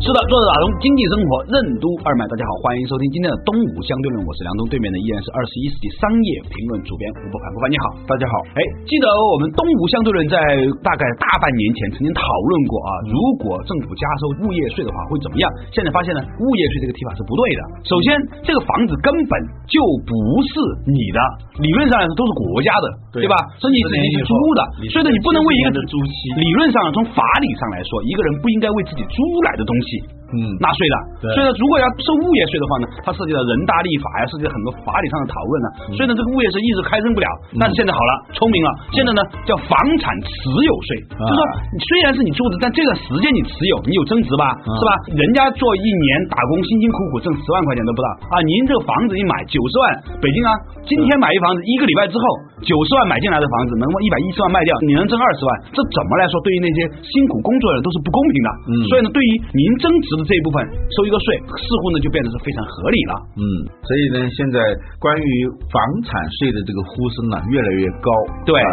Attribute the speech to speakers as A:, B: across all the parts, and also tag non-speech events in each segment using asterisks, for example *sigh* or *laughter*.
A: 是的，坐着打通经济生活任督二脉，大家好，欢迎收听今天的东吴相对论，我是梁东，对面的依然是二十一世纪商业评论主编吴伯凡，伯凡你好。
B: 大家好，
A: 哎，记得我们东吴相对论在大概大半年前曾经讨论过啊，如果政府加收物业税的话会怎么样？现在发现呢，物业税这个提法是不对的。首先，这个房子根本就不是你的，理论上来说都是国家的，对
B: 对
A: 吧？所以你自己是租的，所以呢，你不能为一个
B: 你是自己的租期
A: 理论上从法理上来说，一个人不应该为自己租来的东西
B: 嗯
A: 纳税的。
B: 对
A: 所以呢，如果要收物业税的话呢，它涉及到人大立法呀，涉及到很多法理上的讨论呢。
B: 嗯
A: 所以呢，这个物业税一直开征不了。但是现在好了，聪明了，现在呢叫房产持有税，
B: 啊
A: 就是说你虽然是你住的，但这段时间你持有，你有增值吧，
B: 啊
A: 是吧？人家做一年打工，辛辛苦苦挣十万块钱都不到啊，您这个房子一买九十万，北京啊，今天买一房子，一个礼拜之后九十万买进来的房子能一百一十万卖掉，你能挣二十万，这怎么来说对于那些辛苦工作的人都是不公平的。
B: 嗯
A: 所以呢，对于您增值的这一部分收一个税，似乎呢就变得是非常合理了。
B: 嗯，所以呢，现在关于房产税的这个呼声呢、啊越来越高。
A: 对
B: 啊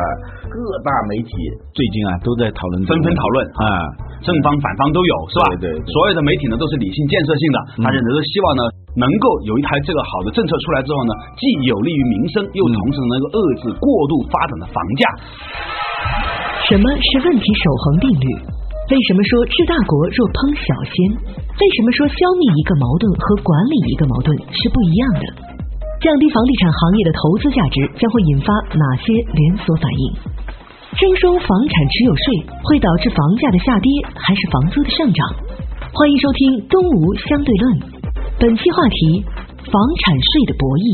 B: 各大媒体最近啊都在讨论这个问题，
A: 纷纷讨论
B: 啊。
A: 正方反方都有，是吧？
B: 对嗯对对
A: 所有的媒体呢都是理性建设性的，大家呢都希望呢能够有一台这个好的政策出来之后呢，既有利于民生，又同时能够遏制过度发展的房价。
C: 什么是问题守恒定律？为什么说治大国若烹小鲜？为什么说消灭一个矛盾和管理一个矛盾是不一样的？降低房地产行业的投资价值将会引发哪些连锁反应？征收房产持有税会导致房价的下跌还是房租的上涨？欢迎收听《东吴相对论》，本期话题：房产税的博弈。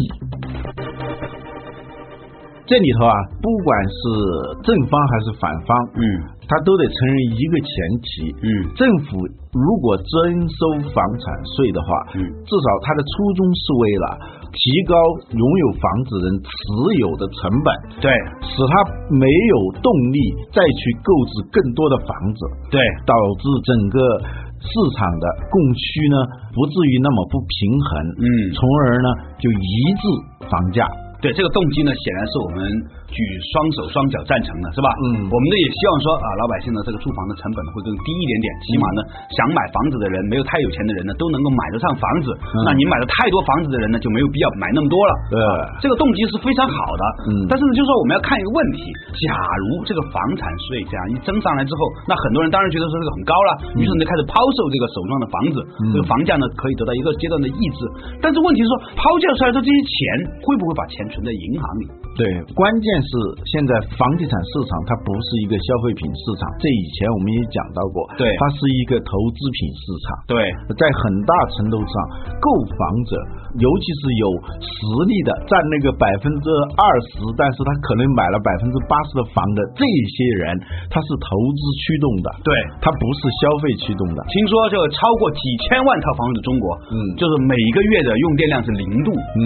B: 这里头啊，不管是正方还是反方，
A: 嗯
B: 他都得承认一个前提，
A: 嗯
B: 政府如果征收房产税的话，
A: 嗯
B: 至少它的初衷是为了提高拥有房子人持有的成本，
A: 对
B: 使他没有动力再去购置更多的房子，
A: 对
B: 导致整个市场的供需呢不至于那么不平衡，
A: 嗯
B: 从而呢就抑制房价。
A: 对，这个动机呢，显然是我们举双手双脚赞成的，是吧？
B: 嗯
A: 我们呢也希望说啊，老百姓的这个住房的成本会更低一点点，起码呢，想买房子的人，没有太有钱的人呢，都能够买得上房子。那你买了太多房子的人呢，就没有必要买那么多了。
B: 对
A: 这个动机是非常好的，
B: 嗯
A: 但是呢，就是说我们要看一个问题：假如这个房产税这样一征上来之后，那很多人当然觉得说这个很高了，
B: 嗯
A: 于是呢就开始抛售这个手上的房子，这个房价呢可以得到一个阶段的抑制。但是问题是说，抛掉出来的这些钱会不会把钱存在银行里？
B: 对，关键是现在房地产市场它不是一个消费品市场，这以前我们也讲到过，
A: 对
B: 它是一个投资品市场。
A: 对
B: 在很大程度上，购房者，尤其是有实力的，占那个百分之二十，但是他可能买了百分之八十的房的这些人，他是投资驱动的，
A: 对
B: 他不是消费驱动的。
A: 听说这个超过几千万套房子，中国，
B: 嗯
A: 就是每个月的用电量是零度，
B: 嗯，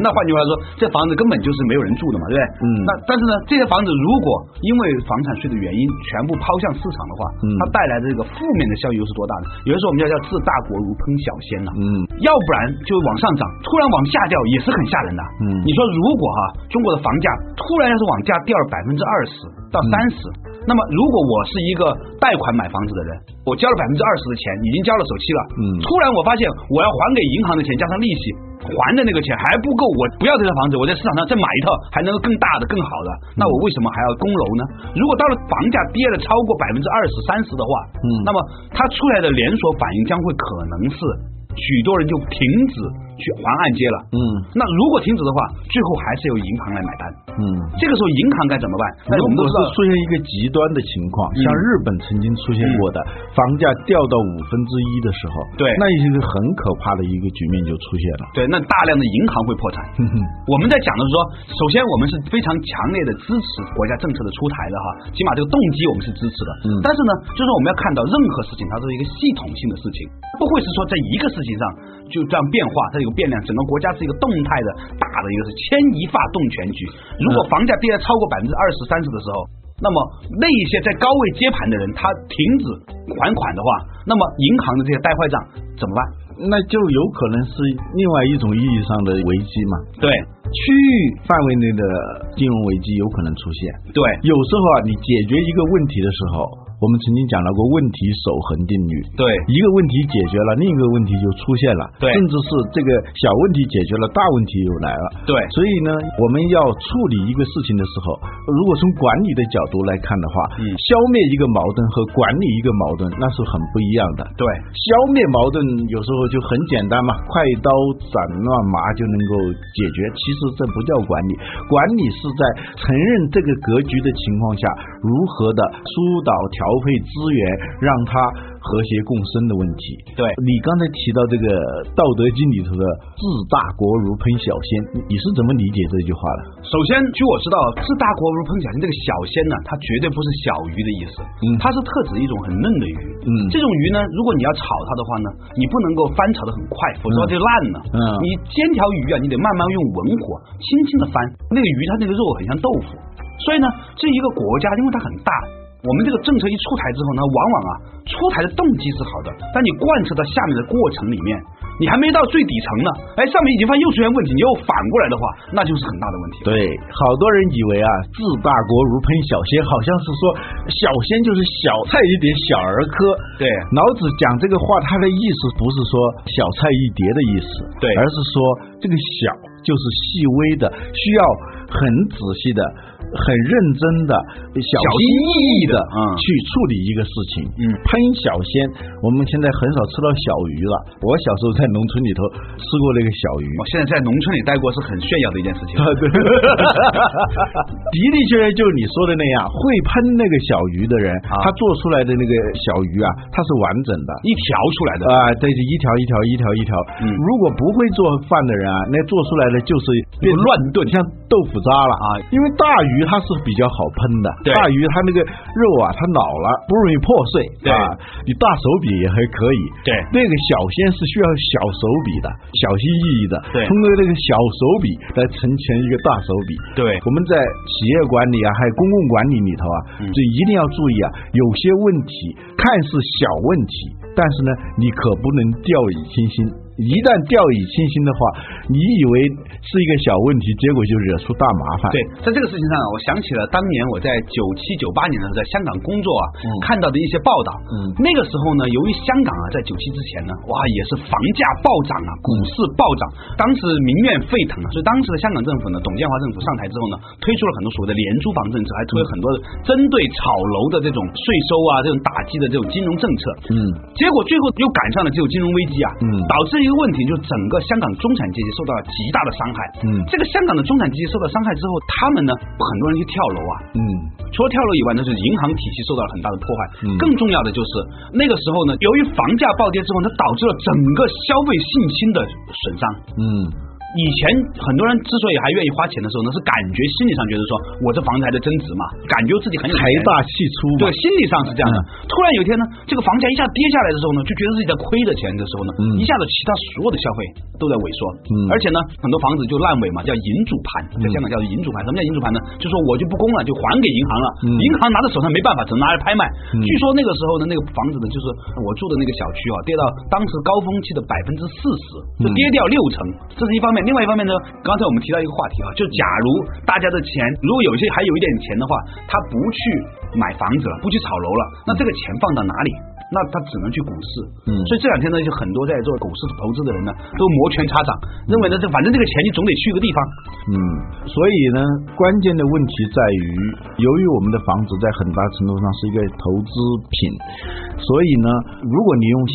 A: 那换句话说，这房子根本就是没有人住的嘛，对不对？
B: 嗯
A: 那但是呢，这些房子如果因为房产税的原因全部抛向市场的话，
B: 嗯
A: 它带来的这个负面的效益又是多大呢？有的时候我们叫叫治大国如烹小鲜呐、
B: 嗯
A: 要不然就往上涨，突然往下掉也是很吓人的。
B: 嗯
A: 你说如果哈、中国的房价突然要是往下掉百分之二十到三十、
B: 嗯
A: 那么如果我是一个贷款买房子的人，我交了百分之二十的钱，已经交了首期了，
B: 嗯
A: 突然我发现我要还给银行的钱加上利息。还的那个钱还不够，我不要这套房子，我在市场上再买一套还能够更大的、更好的，那我为什么还要供楼呢？如果到了房价跌了超过百分之二十、三十的话，
B: 嗯
A: 那么它出来的连锁反应将会可能是许多人就停止去还按揭了。
B: 嗯
A: 那如果停止的话，最后还是由银行来买单。
B: 嗯。
A: 这个时候银行该怎么办？那我们都
B: 如果
A: 知
B: 是
A: 道，
B: 出现一个极端的情况，像日本曾经出现过的房价掉到五分之一的时候，
A: 对
B: 那已经是很可怕的一个局面就出现了。
A: 对，那大量的银行会破产。
B: 哼哼
A: 我们在讲的是说，首先我们是非常强烈的支持国家政策的出台的哈，起码这个动机我们是支持的。
B: 嗯
A: 但是呢，就是我们要看到任何事情它都是一个系统性的事情，不会是说在一个事情上就这样变化，它有个变量，整个国家是一个动态的大的一个是牵一发动全局。如果房价跌得超过百分之二十三十的时候。那么那一些在高位接盘的人，他停止还款的话，那么银行的这些呆坏账怎么办？
B: *laughs* 那就有可能是另外一种意义上的危机嘛，
A: 对，
B: 区域范围内的金融危机有可能出现。
A: 对，
B: 有时候啊，你解决一个问题的时候，我们曾经讲到过问题守恒定律。
A: 对
B: 一个问题解决了，另一个问题就出现了。
A: 对
B: 甚至是这个小问题解决了，大问题又来了。
A: 对
B: 所以呢，我们要处理一个事情的时候，如果从管理的角度来看的话，
A: 嗯
B: 消灭一个矛盾和管理一个矛盾那是很不一样的。
A: 对，
B: 消灭矛盾有时候就很简单嘛，快刀斩乱麻就能够解决。其实这不叫管理，管理是在承认这个格局的情况下，如何的疏导调配资源，让它和谐共生的问题。
A: 对
B: 你刚才提到这个《道德经》里头的“治大国如烹小鲜”，你你是怎么理解这句话的？
A: 首先，据我知道，治大国如烹小鲜，这个小鲜呢，它绝对不是小鱼的意思，
B: 嗯
A: 它是特指一种很嫩的鱼。
B: 嗯
A: 这种鱼呢，如果你要炒它的话呢，你不能够翻炒的很快，否则它就烂了。
B: 嗯
A: 你煎条鱼啊，你得慢慢用文火轻轻的翻，那个鱼它那个肉很像豆腐，所以呢，这一个国家因为它很大。我们这个政策一出台之后呢，往往啊，出台的动机是好的，但你贯彻到下面的过程里面，你还没到最底层呢，哎，上面已经发现又出现问题，你又反过来的话，那就是很大的问题了。
B: 对，好多人以为啊，治大国如烹小鲜，好像是说小鲜就是小菜一碟、小儿科。
A: 对
B: 老子讲这个话，他的意思不是说小菜一碟的意思，
A: 对
B: 而是说这个小就是细微的，需要很仔细的、很认真的、小
A: 小
B: 心
A: 心
B: 翼
A: 翼
B: 翼
A: 翼
B: 的
A: 地嗯
B: 去处理一个事情。
A: 嗯
B: 烹小鲜，我们现在很少吃到小鱼了。我小时候在农村里头吃过那个小鱼，
A: 我哦现在在农村里待过是很炫耀的一件事
B: *laughs*
A: 情。
B: 对，的的确确就是你说的那样，会喷那个小鱼的人，
A: 啊
B: 他做出来的那个小鱼啊，它是完整的。
A: 一条出来的，
B: 啊，对，一条一条一条一条。
A: 嗯
B: 如果不会做饭的人啊，那做出来的就是变
A: 乱
B: 炖，像豆腐渣了
A: 啊
B: 因为大鱼它是比较好喷的，
A: 对
B: 大鱼它那个肉啊，它老了不容易破碎，
A: 对
B: 啊，你大手笔也还可以，
A: 对
B: 那个小鲜是需要小手笔的，小心翼翼的，
A: 对
B: 通过这个小手笔来成全一个大手笔，
A: 对
B: 我们在企业管理啊，还有公共管理里头啊，
A: 嗯
B: 就一定要注意啊，有些问题看似小问题，但是呢，你可不能掉以轻心。一旦掉以轻心的话，你以为是一个小问题，结果就惹出大麻烦。
A: 对，在这个事情上啊，我想起了当年我在九七九八年的时候在香港工作啊，看到的一些报道。
B: 嗯
A: 那个时候呢，由于香港啊，在九七之前呢，哇，也是房价暴涨啊，股市暴涨，当时民怨沸腾啊，所以当时的香港政府呢，董建华政府上台之后呢，推出了很多所谓的廉租房政策，还推了很多针对炒楼的这种税收啊，这种打击的这种金融政策。
B: 嗯，
A: 结果最后又赶上了这种金融危机啊，
B: 嗯
A: 导致一个问题，就是整个香港中产阶级受到了极大的伤害。
B: 嗯
A: 这个香港的中产阶级受到伤害之后，他们呢很多人去跳楼啊。
B: 嗯，
A: 除了跳楼以外呢，就是银行体系受到了很大的破坏。
B: 嗯
A: 更重要的就是那个时候呢，由于房价暴跌之后，它导致了整个消费信心的损伤。
B: 嗯，
A: 以前很多人之所以还愿意花钱的时候呢，是感觉心理上觉得说我这房子还在增值嘛，感觉自己很有
B: 财
A: 钱
B: 大气粗嘛。嗯
A: 对，心理上是这样的。突然有一天呢，这个房价一下跌下来的时候呢，就觉得自己在亏着钱的时候呢，
B: 嗯
A: 一下子其他所有的消费都在萎缩，
B: 嗯
A: 而且呢，很多房子就烂尾嘛，叫银主盘，在香港叫银主盘。什么叫银主盘呢？就说我就不供了，就还给银行了，
B: 嗯
A: 银行拿在手上没办法，只能拿来拍卖。
B: 嗯
A: 据说那个时候呢，那个房子呢，就是我住的那个小区啊，跌到当时高峰期的百分之四十，就
B: 嗯
A: 跌掉六成，这是一方面。另外一方面呢，刚才我们提到一个话题啊，就假如大家的钱，如果有些还有一点钱的话，他不去买房子了，不去炒楼了，那这个钱放到哪里？那他只能去股市。
B: 嗯
A: 所以这两天呢，就很多在做股市投资的人呢，都摩拳擦掌，认为呢，这反正这个钱你总得去个地方。
B: 嗯，所以呢，关键的问题在于，由于我们的房子在很大程度上是一个投资品，所以呢，如果你用一些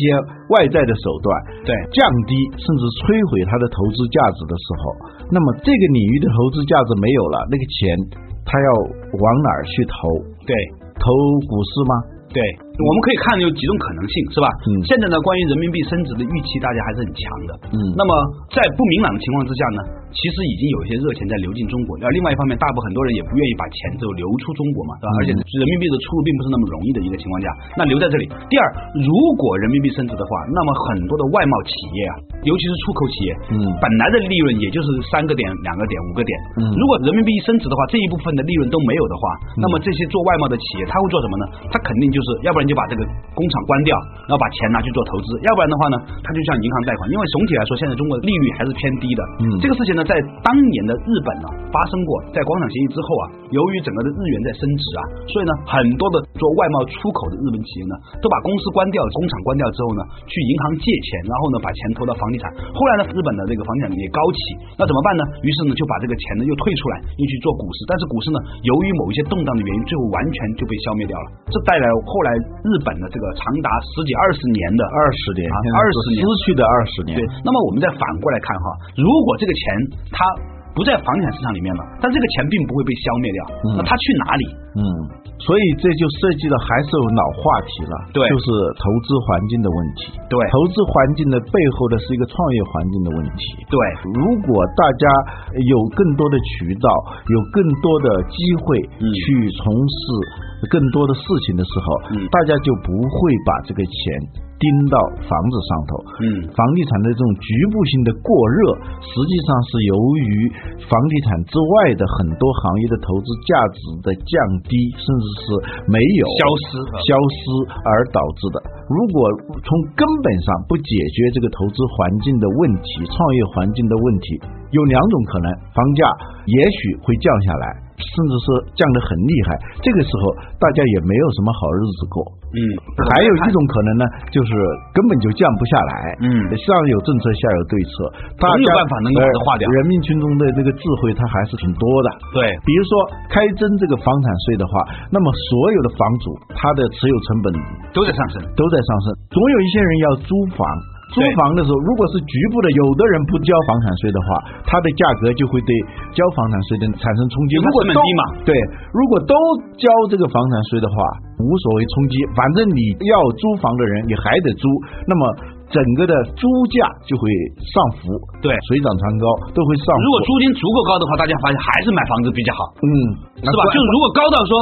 B: 外在的手段，
A: 对
B: 降低甚至摧毁它的投资价值的时候，那么这个领域的投资价值没有了，那个钱它要往哪儿去投？
A: 对
B: 投股市吗？
A: 对，我们可以看有几种可能性，是吧？
B: 嗯
A: 现在呢，关于人民币升值的预期，大家还是很强的。
B: 嗯
A: 那么在不明朗的情况之下呢，其实已经有一些热钱在流进中国，
B: 嗯
A: 而另外一方面，大部分很多人也不愿意把钱就流出中国嘛，是吧？而且
B: 嗯
A: 人民币的出入并不是那么容易的一个情况下，那留在这里。第二，如果人民币升值的话，那么很多的外贸企业啊，尤其是出口企业，
B: 嗯
A: 本来的利润也就是三个点、两个点、五个点，
B: 嗯
A: 如果人民币一升值的话，这一部分的利润都没有的话，那么这些做外贸的企业，他会做什么呢？他肯定就是要不然就把这个工厂关掉，然后把钱拿去做投资；要不然的话呢，他就向银行贷款。因为总体来说，现在中国利率还是偏低的。
B: 嗯
A: 这个事情呢，在当年的日本呢发生过，在广场协议之后啊，由于整个的日元在升值啊，所以呢，很多的做外贸出口的日本企业呢，都把公司关掉、工厂关掉之后呢，去银行借钱，然后呢，把钱投到房地产。后来呢，日本的这个房地产也高起，那怎么办呢？于是呢，就把这个钱呢又退出来，又去做股市。但是股市呢，由于某一些动荡的原因，最后完全就被消灭掉了。这带来后来日本的这个长达十几二十年的
B: 二十年，
A: 啊
B: 现在
A: 20
B: 是
A: 年
B: 失去的二十年
A: 对，，那么我们再反过来看哈，如果这个钱它不在房地产市场里面了，但这个钱并不会被消灭掉，那它去哪里？
B: 嗯，所以这就涉及到还是老话题了，
A: 对
B: 就是投资环境的问题，
A: 对
B: 投资环境的背后的是一个创业环境的问题。
A: 对，
B: 如果大家有更多的渠道，有更多的机会
A: 嗯
B: 去从事更多的事情的时候，
A: 嗯
B: 大家就不会把这个钱盯到房子上头。
A: 嗯
B: 房地产的这种局部性的过热，实际上是由于房地产之外的很多行业的投资价值的降低，甚至是没有
A: 消失啊
B: 消失而导致的。如果从根本上不解决这个投资环境的问题、创业环境的问题，有两种可能：房价也许会降下来，甚至是降得很厉害。这个时候，大家也没有什么好日子过。
A: 嗯，
B: 还有一种可能呢，就是根本就降不下来。
A: 嗯
B: 上有政策，下有对策，大
A: 总有
B: 家
A: 办法能够把它化掉
B: 呃人民群众的这个智慧，它还是挺多的。
A: 对
B: 比如说开征这个房产税的话，那么所有的房主他的持有成本
A: 都在上升。
B: 都在上升，总有一些人要租房。
A: 对
B: 租房的时候，如果是局部的，有的人不交房产税的话，它的价格就会对交房产税的产生冲击。
A: 因为
B: 如果
A: 成本
B: 都
A: 低嘛
B: 对，如果都交这个房产税的话，无所谓冲击，反正你要租房的人你还得租，那么整个的租价就会上浮，
A: 对
B: 水涨船高都会上浮。
A: 如果租金足够高的话，大家发现还是买房子比较好，
B: 嗯，
A: 是吧？就如果高到说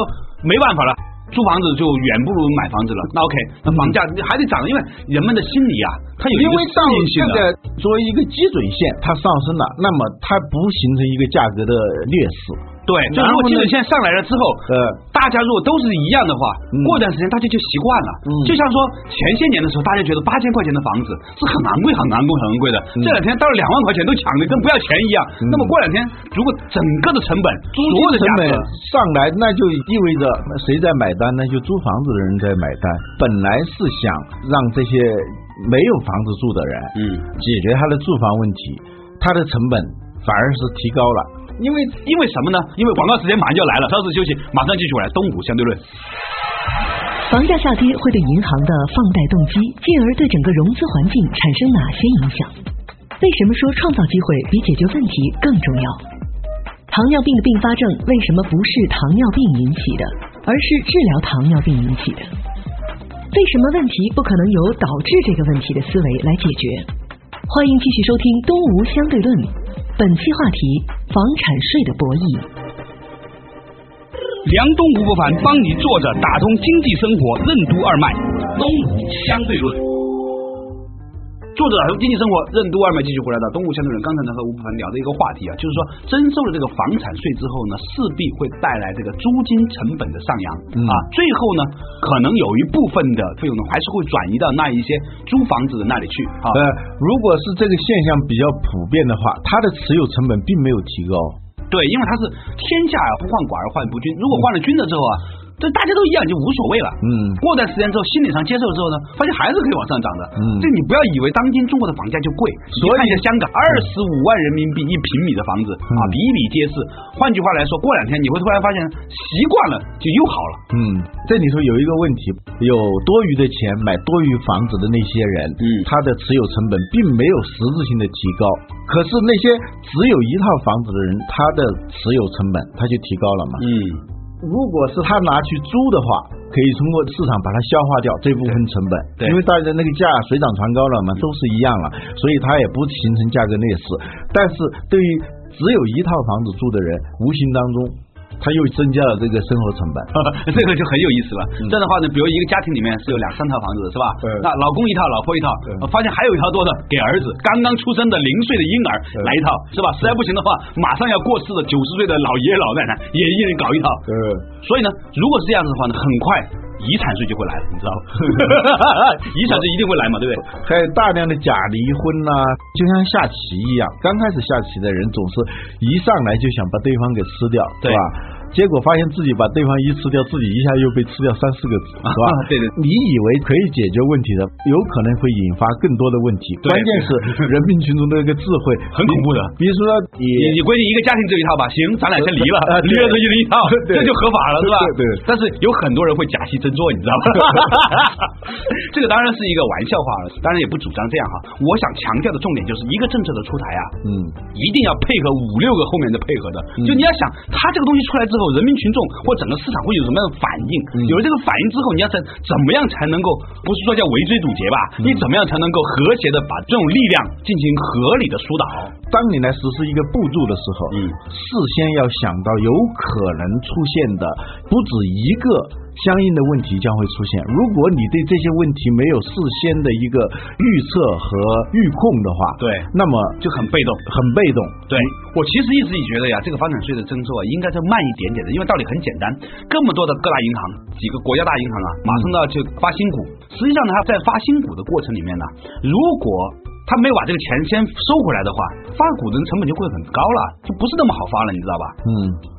A: 没办法了。租房子就远不如买房子了，
B: 嗯
A: 那 OK，那房价还得涨，因为人们的心理啊，它有一
B: 因为
A: 个适
B: 到
A: 应性
B: 现
A: 的
B: 在。作为一个基准线，它上升了，那么它不形成一个价格的劣势。
A: 对，就
B: 然
A: 如果
B: 后
A: 基准
B: 呢
A: 线上来了之后，
B: 呃
A: 大家如果都是一样的话，
B: 嗯
A: 过段时间大家就习惯了。
B: 嗯
A: 就像说前些年的时候，大家觉得八千块钱的房子是很昂贵、很昂贵、很昂贵的，这两天到了两万块钱都抢的跟不要钱一样。
B: 嗯
A: 那么过两天，如果整个的成本、所
B: 租
A: 有的
B: 金
A: 价格，
B: 成本上来，那就意味着谁在买单呢？就租房子的人在买单。本来是想让这些没有房子住的人，
A: 嗯，
B: 解决他的住房问题，他的成本反而是提高了。
A: 因为因为什么呢？因为广告时间马上就要来了，稍事休息，马上继续回来。东吴相对论。
C: 房价下跌会对银行的放贷动机，进而对整个融资环境产生哪些影响？为什么说创造机会比解决问题更重要？糖尿病的并发症为什么不是糖尿病引起的，而是治疗糖尿病引起的？为什么问题不可能由导致这个问题的思维来解决？欢迎继续收听《东吴相对论》，本期话题：房产税的博弈。
A: 梁东吴不凡帮你坐着打通经济生活任督二脉，东吴相对论。作者打通经济生活任督二脉，继续回来的东吴相对论。刚才呢和吴不凡聊的一个话题啊，就是说征收了这个房产税之后呢，势必会带来这个租金成本的上扬、
B: 嗯
A: 啊，最后呢，可能有一部分的费用呢还是会转移到那一些租房子的那里去啊。
B: 呃，如果是这个现象比较普遍的话，它的持有成本并没有提高。
A: 对，因为他是天下不患寡而患不均，如果患了均了之后啊，但大家都一样就无所谓了。
B: 嗯
A: 过段时间之后，心理上接受之后呢，发现还是可以往上涨的。
B: 嗯
A: 这你不要以为当今中国的房价就贵，所以看一嗯下香港二十五万人民币一平米的房子、啊，比比皆是。换句话来说，过两天你会突然发现习惯了就又好了。
B: 嗯，这里头有一个问题，有多余的钱买多余房子的那些人，
A: 嗯
B: 他的持有成本并没有实质性的提高，可是那些只有一套房子的人，他的持有成本他就提高了嘛。
A: 嗯，
B: 如果是他拿去租的话，可以通过市场把它消化掉这部分成本，
A: 对对
B: 因为大家那个价水涨船高了嘛，都是一样了，所以它也不形成价格劣势。但是对于只有一套房子住的人，无形当中他又增加了这个生活成本。
A: *laughs* 这个就很有意思了。这样的话呢，比如一个家庭里面是有两三套房子的是吧？
B: 嗯对
A: 那老公一套，老婆一套呃
B: 对，
A: 发现还有一套多的给儿子，刚刚出生的零岁的婴儿
B: 对
A: 来一套是吧？实在不行的话，马上要过世的九十岁的老爷爷老奶奶也一人搞一套。
B: 嗯。
A: 所以呢，如果是这样子的话呢，很快遗产税就会来了，你知道吗？ *laughs* 遗产税一定会来嘛，对不对？
B: 还有大量的假离婚呐、就像下棋一样，刚开始下棋的人总是一上来就想把对方给吃掉，
A: 对
B: 吧？结果发现自己把对方一吃掉，自己一下又被吃掉三四个子，是吧
A: *laughs* ？对对
B: 你以为可以解决问题的，有可能会引发更多的问题。
A: 对
B: 关键是人民群众的一个智慧
A: 很恐怖的
B: 比比如说你
A: 你你规定一个家庭只有一套吧，行，咱俩先离了
B: *laughs* 啊，
A: 离
B: 对
A: 了就一人一套，
B: 对
A: 这就合法了，是吧？
B: 对对
A: 但是有很多人会假戏真做，你
B: *laughs*
A: 知道吗？ *laughs* 这个当然是一个玩笑话了，当然也不主张这样哈。我想强调的重点就是一个政策的出台啊，
B: 嗯，
A: 一定要配合五六个后面的配合的。就你要想，它这个东西出来之后，人民群众或整个市场会有什么样的反应？
B: 嗯
A: 有了这个反应之后，你要怎怎么样才能够，不是说叫围追堵截吧？
B: 嗯
A: 你怎么样才能够和谐的把这种力量进行合理的疏导？
B: 当你来实施一个步骤的时候，
A: 嗯
B: 事先要想到有可能出现的不止一个相应的问题将会出现。如果你对这些问题没有事先的一个预测和预控的话，
A: 对
B: 那么
A: 就很被动。
B: 很被动。
A: 对我其实一直也觉得呀，这个房产税的征收啊，应该再慢一点点的，因为道理很简单，这么多的各大银行，几个国家大银行啊，马上都要去发新股。实际上呢，它在发新股的过程里面呢，如果他没有把这个钱先收回来的话，发股的人成本就会很高了，就不是那么好发了，你知道吧？
B: 嗯，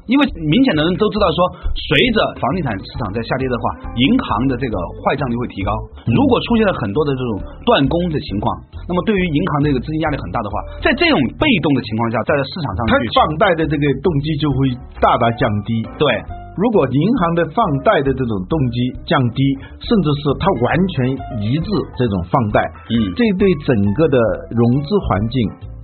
A: 因为明显的人都知道说，随着房地产市场在下跌的话，银行的这个坏账率会提高。
B: 嗯
A: 如果出现了很多的这种断供的情况，那么对于银行这个资金压力很大的话，在这种被动的情况下，在市场上
B: 它
A: 去
B: 放贷的这个动机就会大大降低。
A: 对
B: 如果银行的放贷的这种动机降低，甚至是它完全一致这种放贷，
A: 嗯
B: 这对整个的融资环境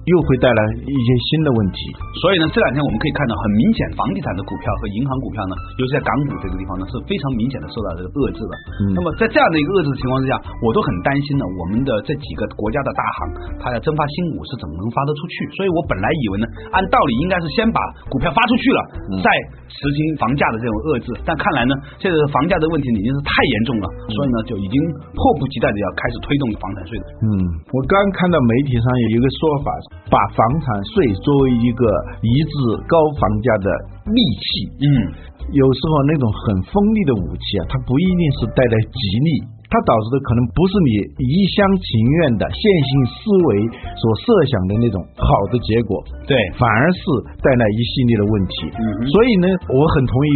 B: 又会带来一些新的问题。
A: 所以呢，这两天我们可以看到，很明显，房地产的股票和银行股票呢，尤其在港股这个地方呢，是非常明显的受到这个遏制的。
B: 嗯
A: 那么在这样的一个遏制的情况之下，我都很担心呢，我们的这几个国家的大行，它要增发新股是怎么能发得出去？所以我本来以为呢，按道理应该是先把股票发出去了，再实行房价的这种遏制。但看来呢，这个房价的问题已经是太严重了，所以呢，就已经迫不及待的要开始推动房产税了。
B: 嗯，我刚看到媒体上有一个说法，把房产税作为一个抑制高房价的利器。
A: 嗯，
B: 有时候那种很锋利的武器啊，它不一定是带来吉利，它导致的可能不是你一厢情愿的线性思维所设想的那种好的结果，
A: 对
B: 反而是带来一系列的问题。
A: 嗯哼
B: 所以呢，我很同意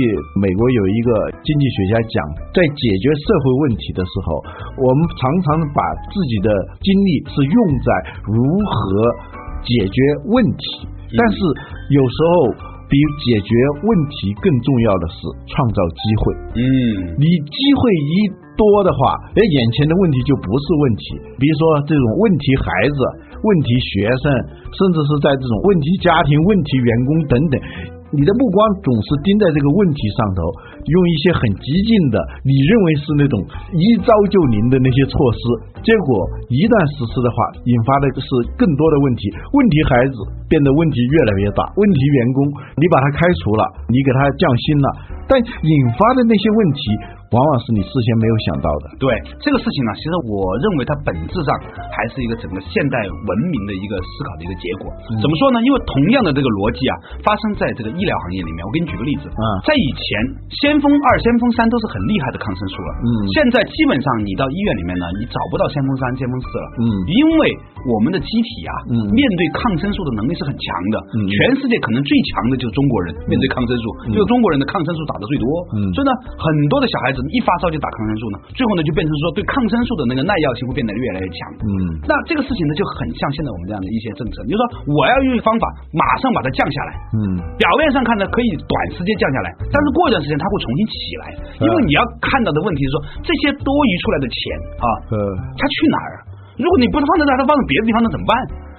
B: 美国有一个经济学家讲，在解决社会问题的时候，我们常常把自己的精力是用在如何解决问题，
A: 嗯
B: 但是有时候比解决问题更重要的是创造机会。
A: 嗯。
B: 你机会一多的话，哎，眼前的问题就不是问题。比如说这种问题孩子、问题学生，甚至是在这种问题家庭、问题员工等等，你的目光总是盯在这个问题上头，用一些很激进的，你认为是那种一招就灵的那些措施，结果一旦实施的话，引发的是更多的问题。问题孩子变得问题越来越大，问题员工你把他开除了，你给他降薪了，但引发的那些问题往往是你事先没有想到的。
A: 对这个事情呢，其实我认为它本质上还是一个整个现代文明的一个思考的一个结果。
B: 嗯
A: 怎么说呢？因为同样的这个逻辑啊，发生在这个医疗行业里面。我给你举个例子，
B: 嗯
A: 在以前先锋二、先锋三都是很厉害的抗生素了，
B: 嗯
A: 现在基本上你到医院里面呢，你找不到先锋三、先锋四了，
B: 嗯
A: 因为我们的机体啊，
B: 嗯
A: 面对抗生素的能力是很强的，
B: 嗯
A: 全世界可能最强的就是中国人面对抗生素，因为中国人的抗生素打的最多，
B: 嗯
A: 所以呢，很多的小孩子一发烧就打抗生素呢，最后呢就变成说对抗生素的那个耐药性会变得越来越强，
B: 嗯
A: 那这个事情呢，就很像现在我们这样的一些政策，你就说我要用方法马上把它降下来。
B: 嗯
A: 表面上看呢，可以短时间降下来，但是过一段时间它会重新起来，因为你要看到的问题是说，这些多余出来的钱啊，
B: 呃，
A: 它去哪儿啊？如果你不放在这儿，它放在别的地方，那怎么办？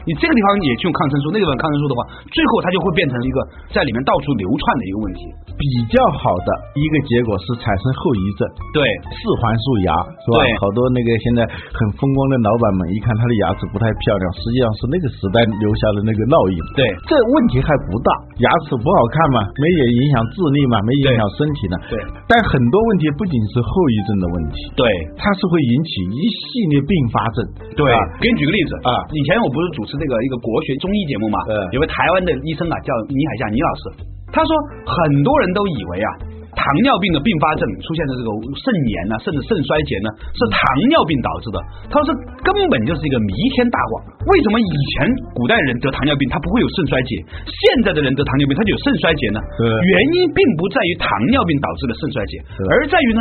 A: 你这个地方也去用抗生素，那个地方抗生素的话，最后它就会变成一个在里面到处流窜的一个问题。
B: 比较好的一个结果是产生后遗症。
A: 对，
B: 四环素牙是吧
A: 对？
B: 好多那个现在很风光的老板们，一看他的牙齿不太漂亮，实际上是那个时代留下的那个烙印。
A: 对
B: 这问题还不大，牙齿不好看嘛，没也影响智力嘛，没影响身体呢。
A: 对
B: 但很多问题不仅是后遗症的问题，
A: 对，
B: 它是会引起一系列并发症。
A: 对
B: 啊，
A: 给你举个例子
B: 啊
A: 以前我不是主持这个一个国学中医节目嘛
B: 嗯，
A: 有个台湾的医生啊，叫倪海厦倪老师，他说很多人都以为啊。糖尿病的并发症出现的这个肾炎呐、甚至肾衰竭呢，是糖尿病导致的。他说这根本就是一个弥天大谎。为什么以前古代人得糖尿病他不会有肾衰竭，现在的人得糖尿病他就有肾衰竭呢？
B: 对
A: 原因并不在于糖尿病导致的肾衰竭，而在于呢，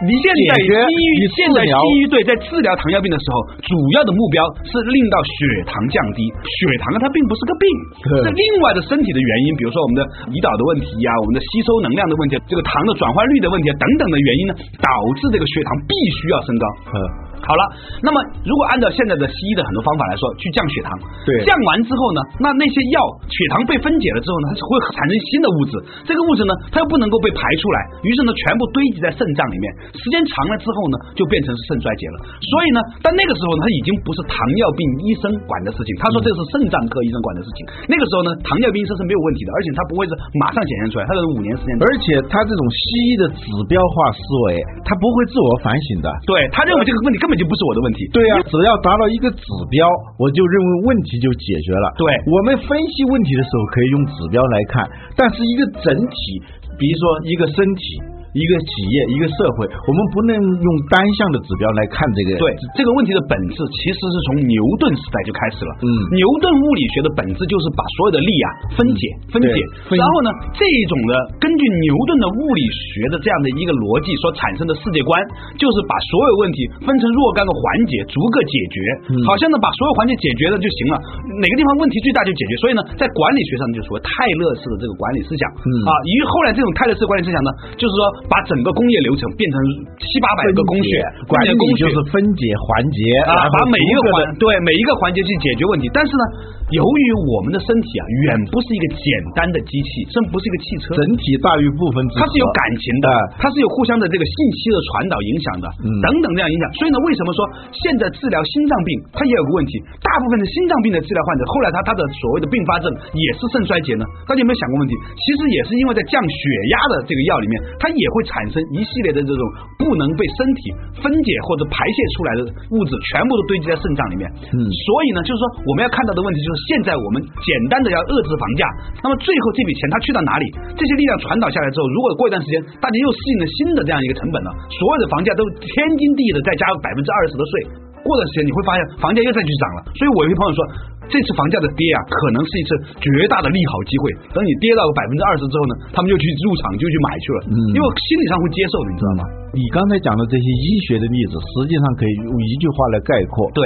A: 你现在
B: 嗯解决
A: 基于
B: 你
A: 现在
B: 治
A: 基
B: 疗
A: 于医队在治疗糖尿病的时候，主要的目标是令到血糖降低。血糖啊它并不是个病，
B: 对
A: 是另外的身体的原因，比如说我们的胰岛的问题呀、我们的吸收能量的问题，这个糖的转换率的问题啊等等的原因呢，导致这个血糖必须要升高。
B: 嗯
A: 好了，那么如果按照现在的西医的很多方法来说，去降血糖，
B: 对
A: 降完之后呢，那那些药血糖被分解了之后呢，它是会产生新的物质，这个物质呢，它又不能够被排出来，于是呢，全部堆积在肾脏里面，时间长了之后呢，就变成是肾衰竭了。所以呢，但那个时候呢，它已经不是糖尿病医生管的事情，他说这是肾脏科医生管的事情。那个时候呢，糖尿病医生是没有问题的，而且他不会是马上显现出来，他是五年时间。
B: 而且他这种西医的指标化思维，他不会自我反省的。
A: 对他认为这个问题根本就不是我的问题，
B: 对呀、只要达到一个指标，我就认为问题就解决了。
A: 对
B: 我们分析问题的时候可以用指标来看，但是一个整体，比如说一个身体。一个企业，一个社会，我们不能用单向的指标来看这个。
A: 对这个问题的本质，其实是从牛顿时代就开始了。
B: 嗯
A: 牛顿物理学的本质就是把所有的力啊分解、分解，
B: 嗯对分
A: 然后呢，这种的根据牛顿的物理学的这样的一个逻辑所产生的世界观，就是把所有问题分成若干个环节，逐个解决，
B: 嗯
A: 好像呢把所有环节解决了就行了，哪个地方问题最大就解决。所以呢，在管理学上就所谓泰勒式的这个管理思想、
B: 嗯
A: 啊，于后来这种泰勒式管理思想呢，就是说把整个工业流程变成七八百
B: 分解，
A: 个工序，
B: 管
A: 工业
B: 理
A: 工序
B: 就是分解环节，
A: 啊
B: 然后，
A: 把每一个
B: 逐
A: 环
B: 的
A: 对每一个环节去解决问题。但是呢，由于我们的身体啊，远不是一个简单的机器，甚至不是一个汽车，
B: 整体大于部分之
A: 它是有
B: 和
A: 感情的
B: 哎，
A: 它是有互相的这个信息的传导影响的，等等这样影响。所以呢，为什么说现在治疗心脏病，它也有个问题，大部分的心脏病的治疗患者，后来他他的所谓的并发症也是肾衰竭呢？大家有没有想过问题？其实也是因为在降血压的这个药里面，它也会产生一系列的这种不能被身体分解或者排泄出来的物质，全部都堆积在肾脏里面。
B: 嗯
A: 所以呢，就是说我们要看到的问题就是，现在我们简单的要遏制房价，那么最后这笔钱它去到哪里？这些力量传导下来之后，如果过一段时间大家又适应了新的这样一个成本了，所有的房价都天经地义的再加百分之二十的税，过段时间你会发现房价又再去涨了。所以我有一个朋友说。这次房价的跌啊，可能是一次绝大的利好机会。等你跌到百分之二十之后呢，他们就去入场，就去买去了，
B: 嗯
A: 因为心理上会接受的，你知道吗？
B: 啊你刚才讲的这些医学的例子，实际上可以用一句话来概括。
A: 对，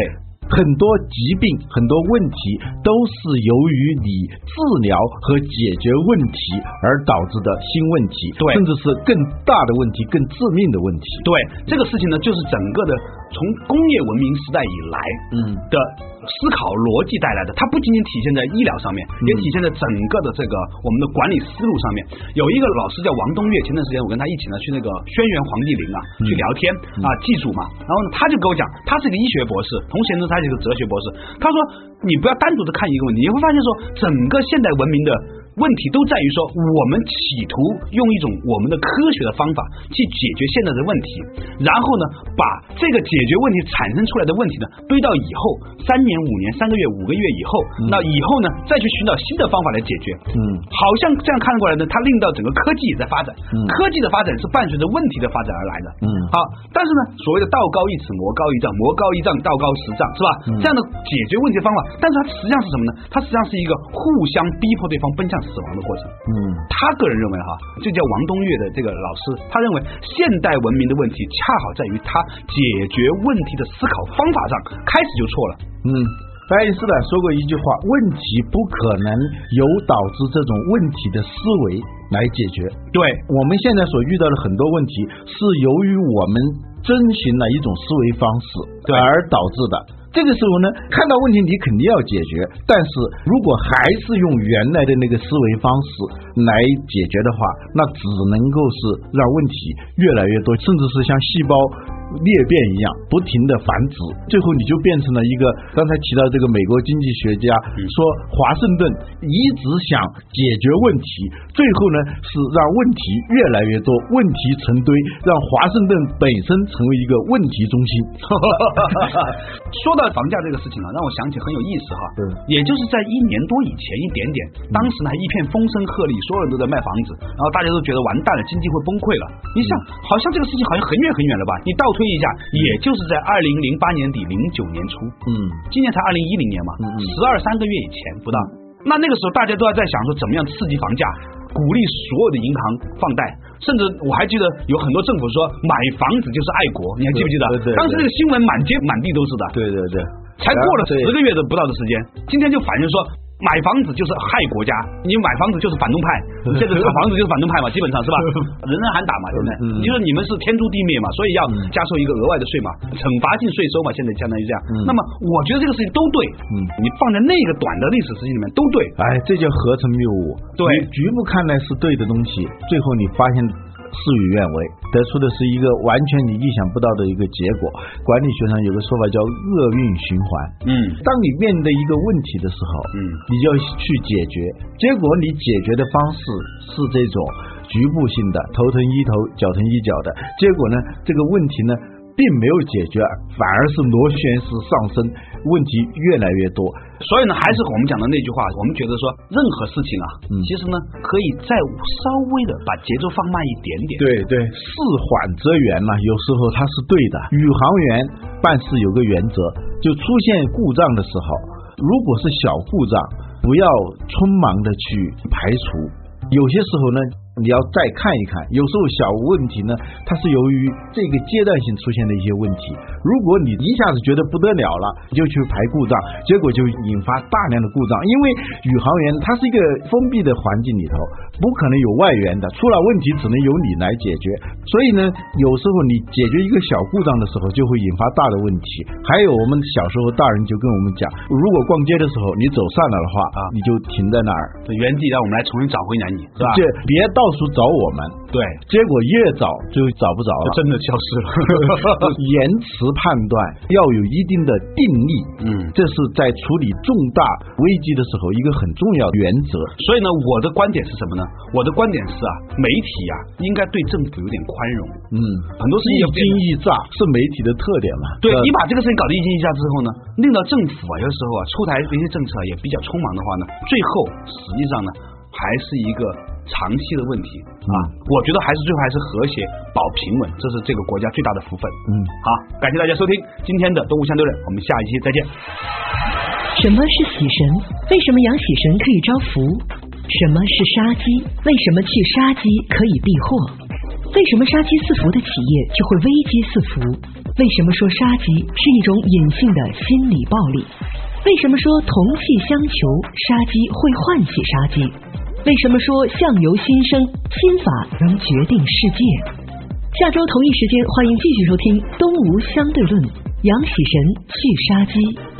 B: 很多疾病、很多问题都是由于你治疗和解决问题而导致的新问题，
A: 对
B: 甚至是更大的问题、更致命的问题。
A: 对这个事情呢，就是整个的从工业文明时代以来，
B: 嗯
A: 的思考逻辑带来的，它不仅仅体现在医疗上面，也体现在整个的这个我们的管理思路上面。有一个老师叫王东岳，前段时间我跟他一起呢去那个轩辕黄帝陵啊去聊天啊祭祖嘛，然后呢他就跟我讲，他是一个医学博士，同时呢他是一个哲学博士，他说你不要单独的看一个问题，你会发现说整个现代文明的。问题都在于说，我们企图用一种我们的科学的方法去解决现在的问题，然后呢，把这个解决问题产生出来的问题呢，堆到以后三年、五年、三个月、五个月以后，那以后呢，再去寻找新的方法来解决。
B: 嗯
A: 好像这样看过来呢，它令到整个科技也在发展，科技的发展是伴随着问题的发展而来的。
B: 嗯
A: 好，但是呢，所谓的道高一尺，魔高一丈，魔高一丈，道高十丈，是吧？这样的解决问题的方法，但是它实际上是什么呢？它实际上是一个互相逼迫对方奔向死亡的过程。
B: 嗯
A: 他个人认为哈，这叫王东岳的这个老师，他认为现代文明的问题恰好在于他解决问题的思考方法上开始就错了。
B: 嗯。爱因斯坦说过一句话：“问题不可能由导致这种问题的思维来解决。”
A: 对，
B: 我们现在所遇到的很多问题，是由于我们遵循了一种思维方式而导致的。这个时候呢，看到问题你肯定要解决，但是如果还是用原来的那个思维方式来解决的话，那只能够是让问题越来越多，甚至是像细胞裂变一样不停的繁殖，最后你就变成了一个刚才提到这个美国经济学家
A: 嗯
B: 说华盛顿一直想解决问题，最后呢是让问题越来越多，问题成堆，让华盛顿本身成为一个问题中心。
A: *laughs* 说到房价这个事情啊，让我想起很有意思哈。
B: 嗯
A: 也就是在一年多以前一点点，当时呢还一片风声鹤唳，所有人都在卖房子，然后大家都觉得完蛋了，经济会崩溃了。你想，好像这个事情好像很远很远了吧？你倒推一下，也就是在二零零八年底零九年初，
B: 嗯
A: 今年才二零一零年嘛
B: 嗯嗯，
A: 十二三个月以前不到。那那个时候大家都在想说怎么样刺激房价，鼓励所有的银行放贷，甚至我还记得有很多政府说买房子就是爱国，你还记不记得
B: 对对对？
A: 当时那个新闻满街满地都是的，
B: *laughs* 对对对，
A: 才过了
B: 对
A: 十个月的不到的时间，今天就反映说。买房子就是害国家，你买房子就是反
B: *laughs*
A: 动派，你这个买房子就是反动派嘛，基本上是吧？人人喊打嘛，现在
B: 嗯
A: 你说你们是天诛地灭嘛，所以要加收一个额外的税嘛，惩罚性税收嘛，现在相当于这样。
B: 嗯
A: 那么我觉得这个事情都对，你放在那个短的历史时期里面都对，
B: 哎，这叫合成谬误。
A: 对
B: 你局部看来是对的东西，最后你发现事与愿违，得出的是一个完全你意想不到的一个结果。管理学上有个说法叫厄运循环。
A: 嗯
B: 当你面对一个问题的时候，
A: 嗯
B: 你就要去解决，结果你解决的方式是这种局部性的，头疼医头，脚疼医脚的，结果呢，这个问题呢并没有解决，反而是螺旋式上升，问题越来越多。
A: 所以呢，还是我们讲的那句话，我们觉得说任何事情啊，
B: 嗯
A: 其实呢可以再稍微的把节奏放慢一点点，
B: 对对，事缓则圆嘛，有时候它是对的。宇航员办事有个原则，就出现故障的时候，如果是小故障，不要匆忙的去排除。有些时候呢，你要再看一看。有时候小问题呢，它是由于这个阶段性出现的一些问题。如果你一下子觉得不得了了，你就去排故障，结果就引发大量的故障。因为宇航员他是一个封闭的环境里头，不可能有外援的，出了问题只能由你来解决。所以呢，有时候你解决一个小故障的时候，就会引发大的问题。还有我们小时候大人就跟我们讲，如果逛街的时候你走散了的话啊，你就停在那儿，
A: 原地让我们来重新找回你，是吧？
B: 这别到处找我们。
A: 对，
B: 结果越找就找不着了，
A: 真的消失了。
B: *laughs* 延迟判断要有一定的定力，
A: 嗯
B: 这是在处理重大危机的时候一个很重要的原则。
A: *laughs* 所以呢，我的观点是什么呢？我的观点是啊，媒体啊应该对政府有点宽容，
B: 嗯，
A: 很多事情
B: 一
A: 要
B: 惊一乍是媒体的特点嘛？
A: 对
B: 呃
A: 你把这个事情搞得一惊一乍之后呢，令到政府啊，有时候啊出台的一些政策也比较匆忙的话呢，最后实际上呢还是一个长期的问题啊。我觉得还是最后还是和谐保平稳，这是这个国家最大的福分。
B: 嗯
A: 好，感谢大家收听今天的《动物相对论》，我们下一期再见。
C: 什么是喜神？为什么养喜神可以招福？什么是杀鸡？为什么去杀鸡可以避祸？为什么杀鸡饲福的企业就会危机四伏？为什么说杀鸡是一种隐性的心理暴力？为什么说同气相求，杀鸡会唤起杀鸡？为什么说相由心生，心法能决定世界？下周同一时间，欢迎继续收听《东吴相对论》，养喜神去杀鸡。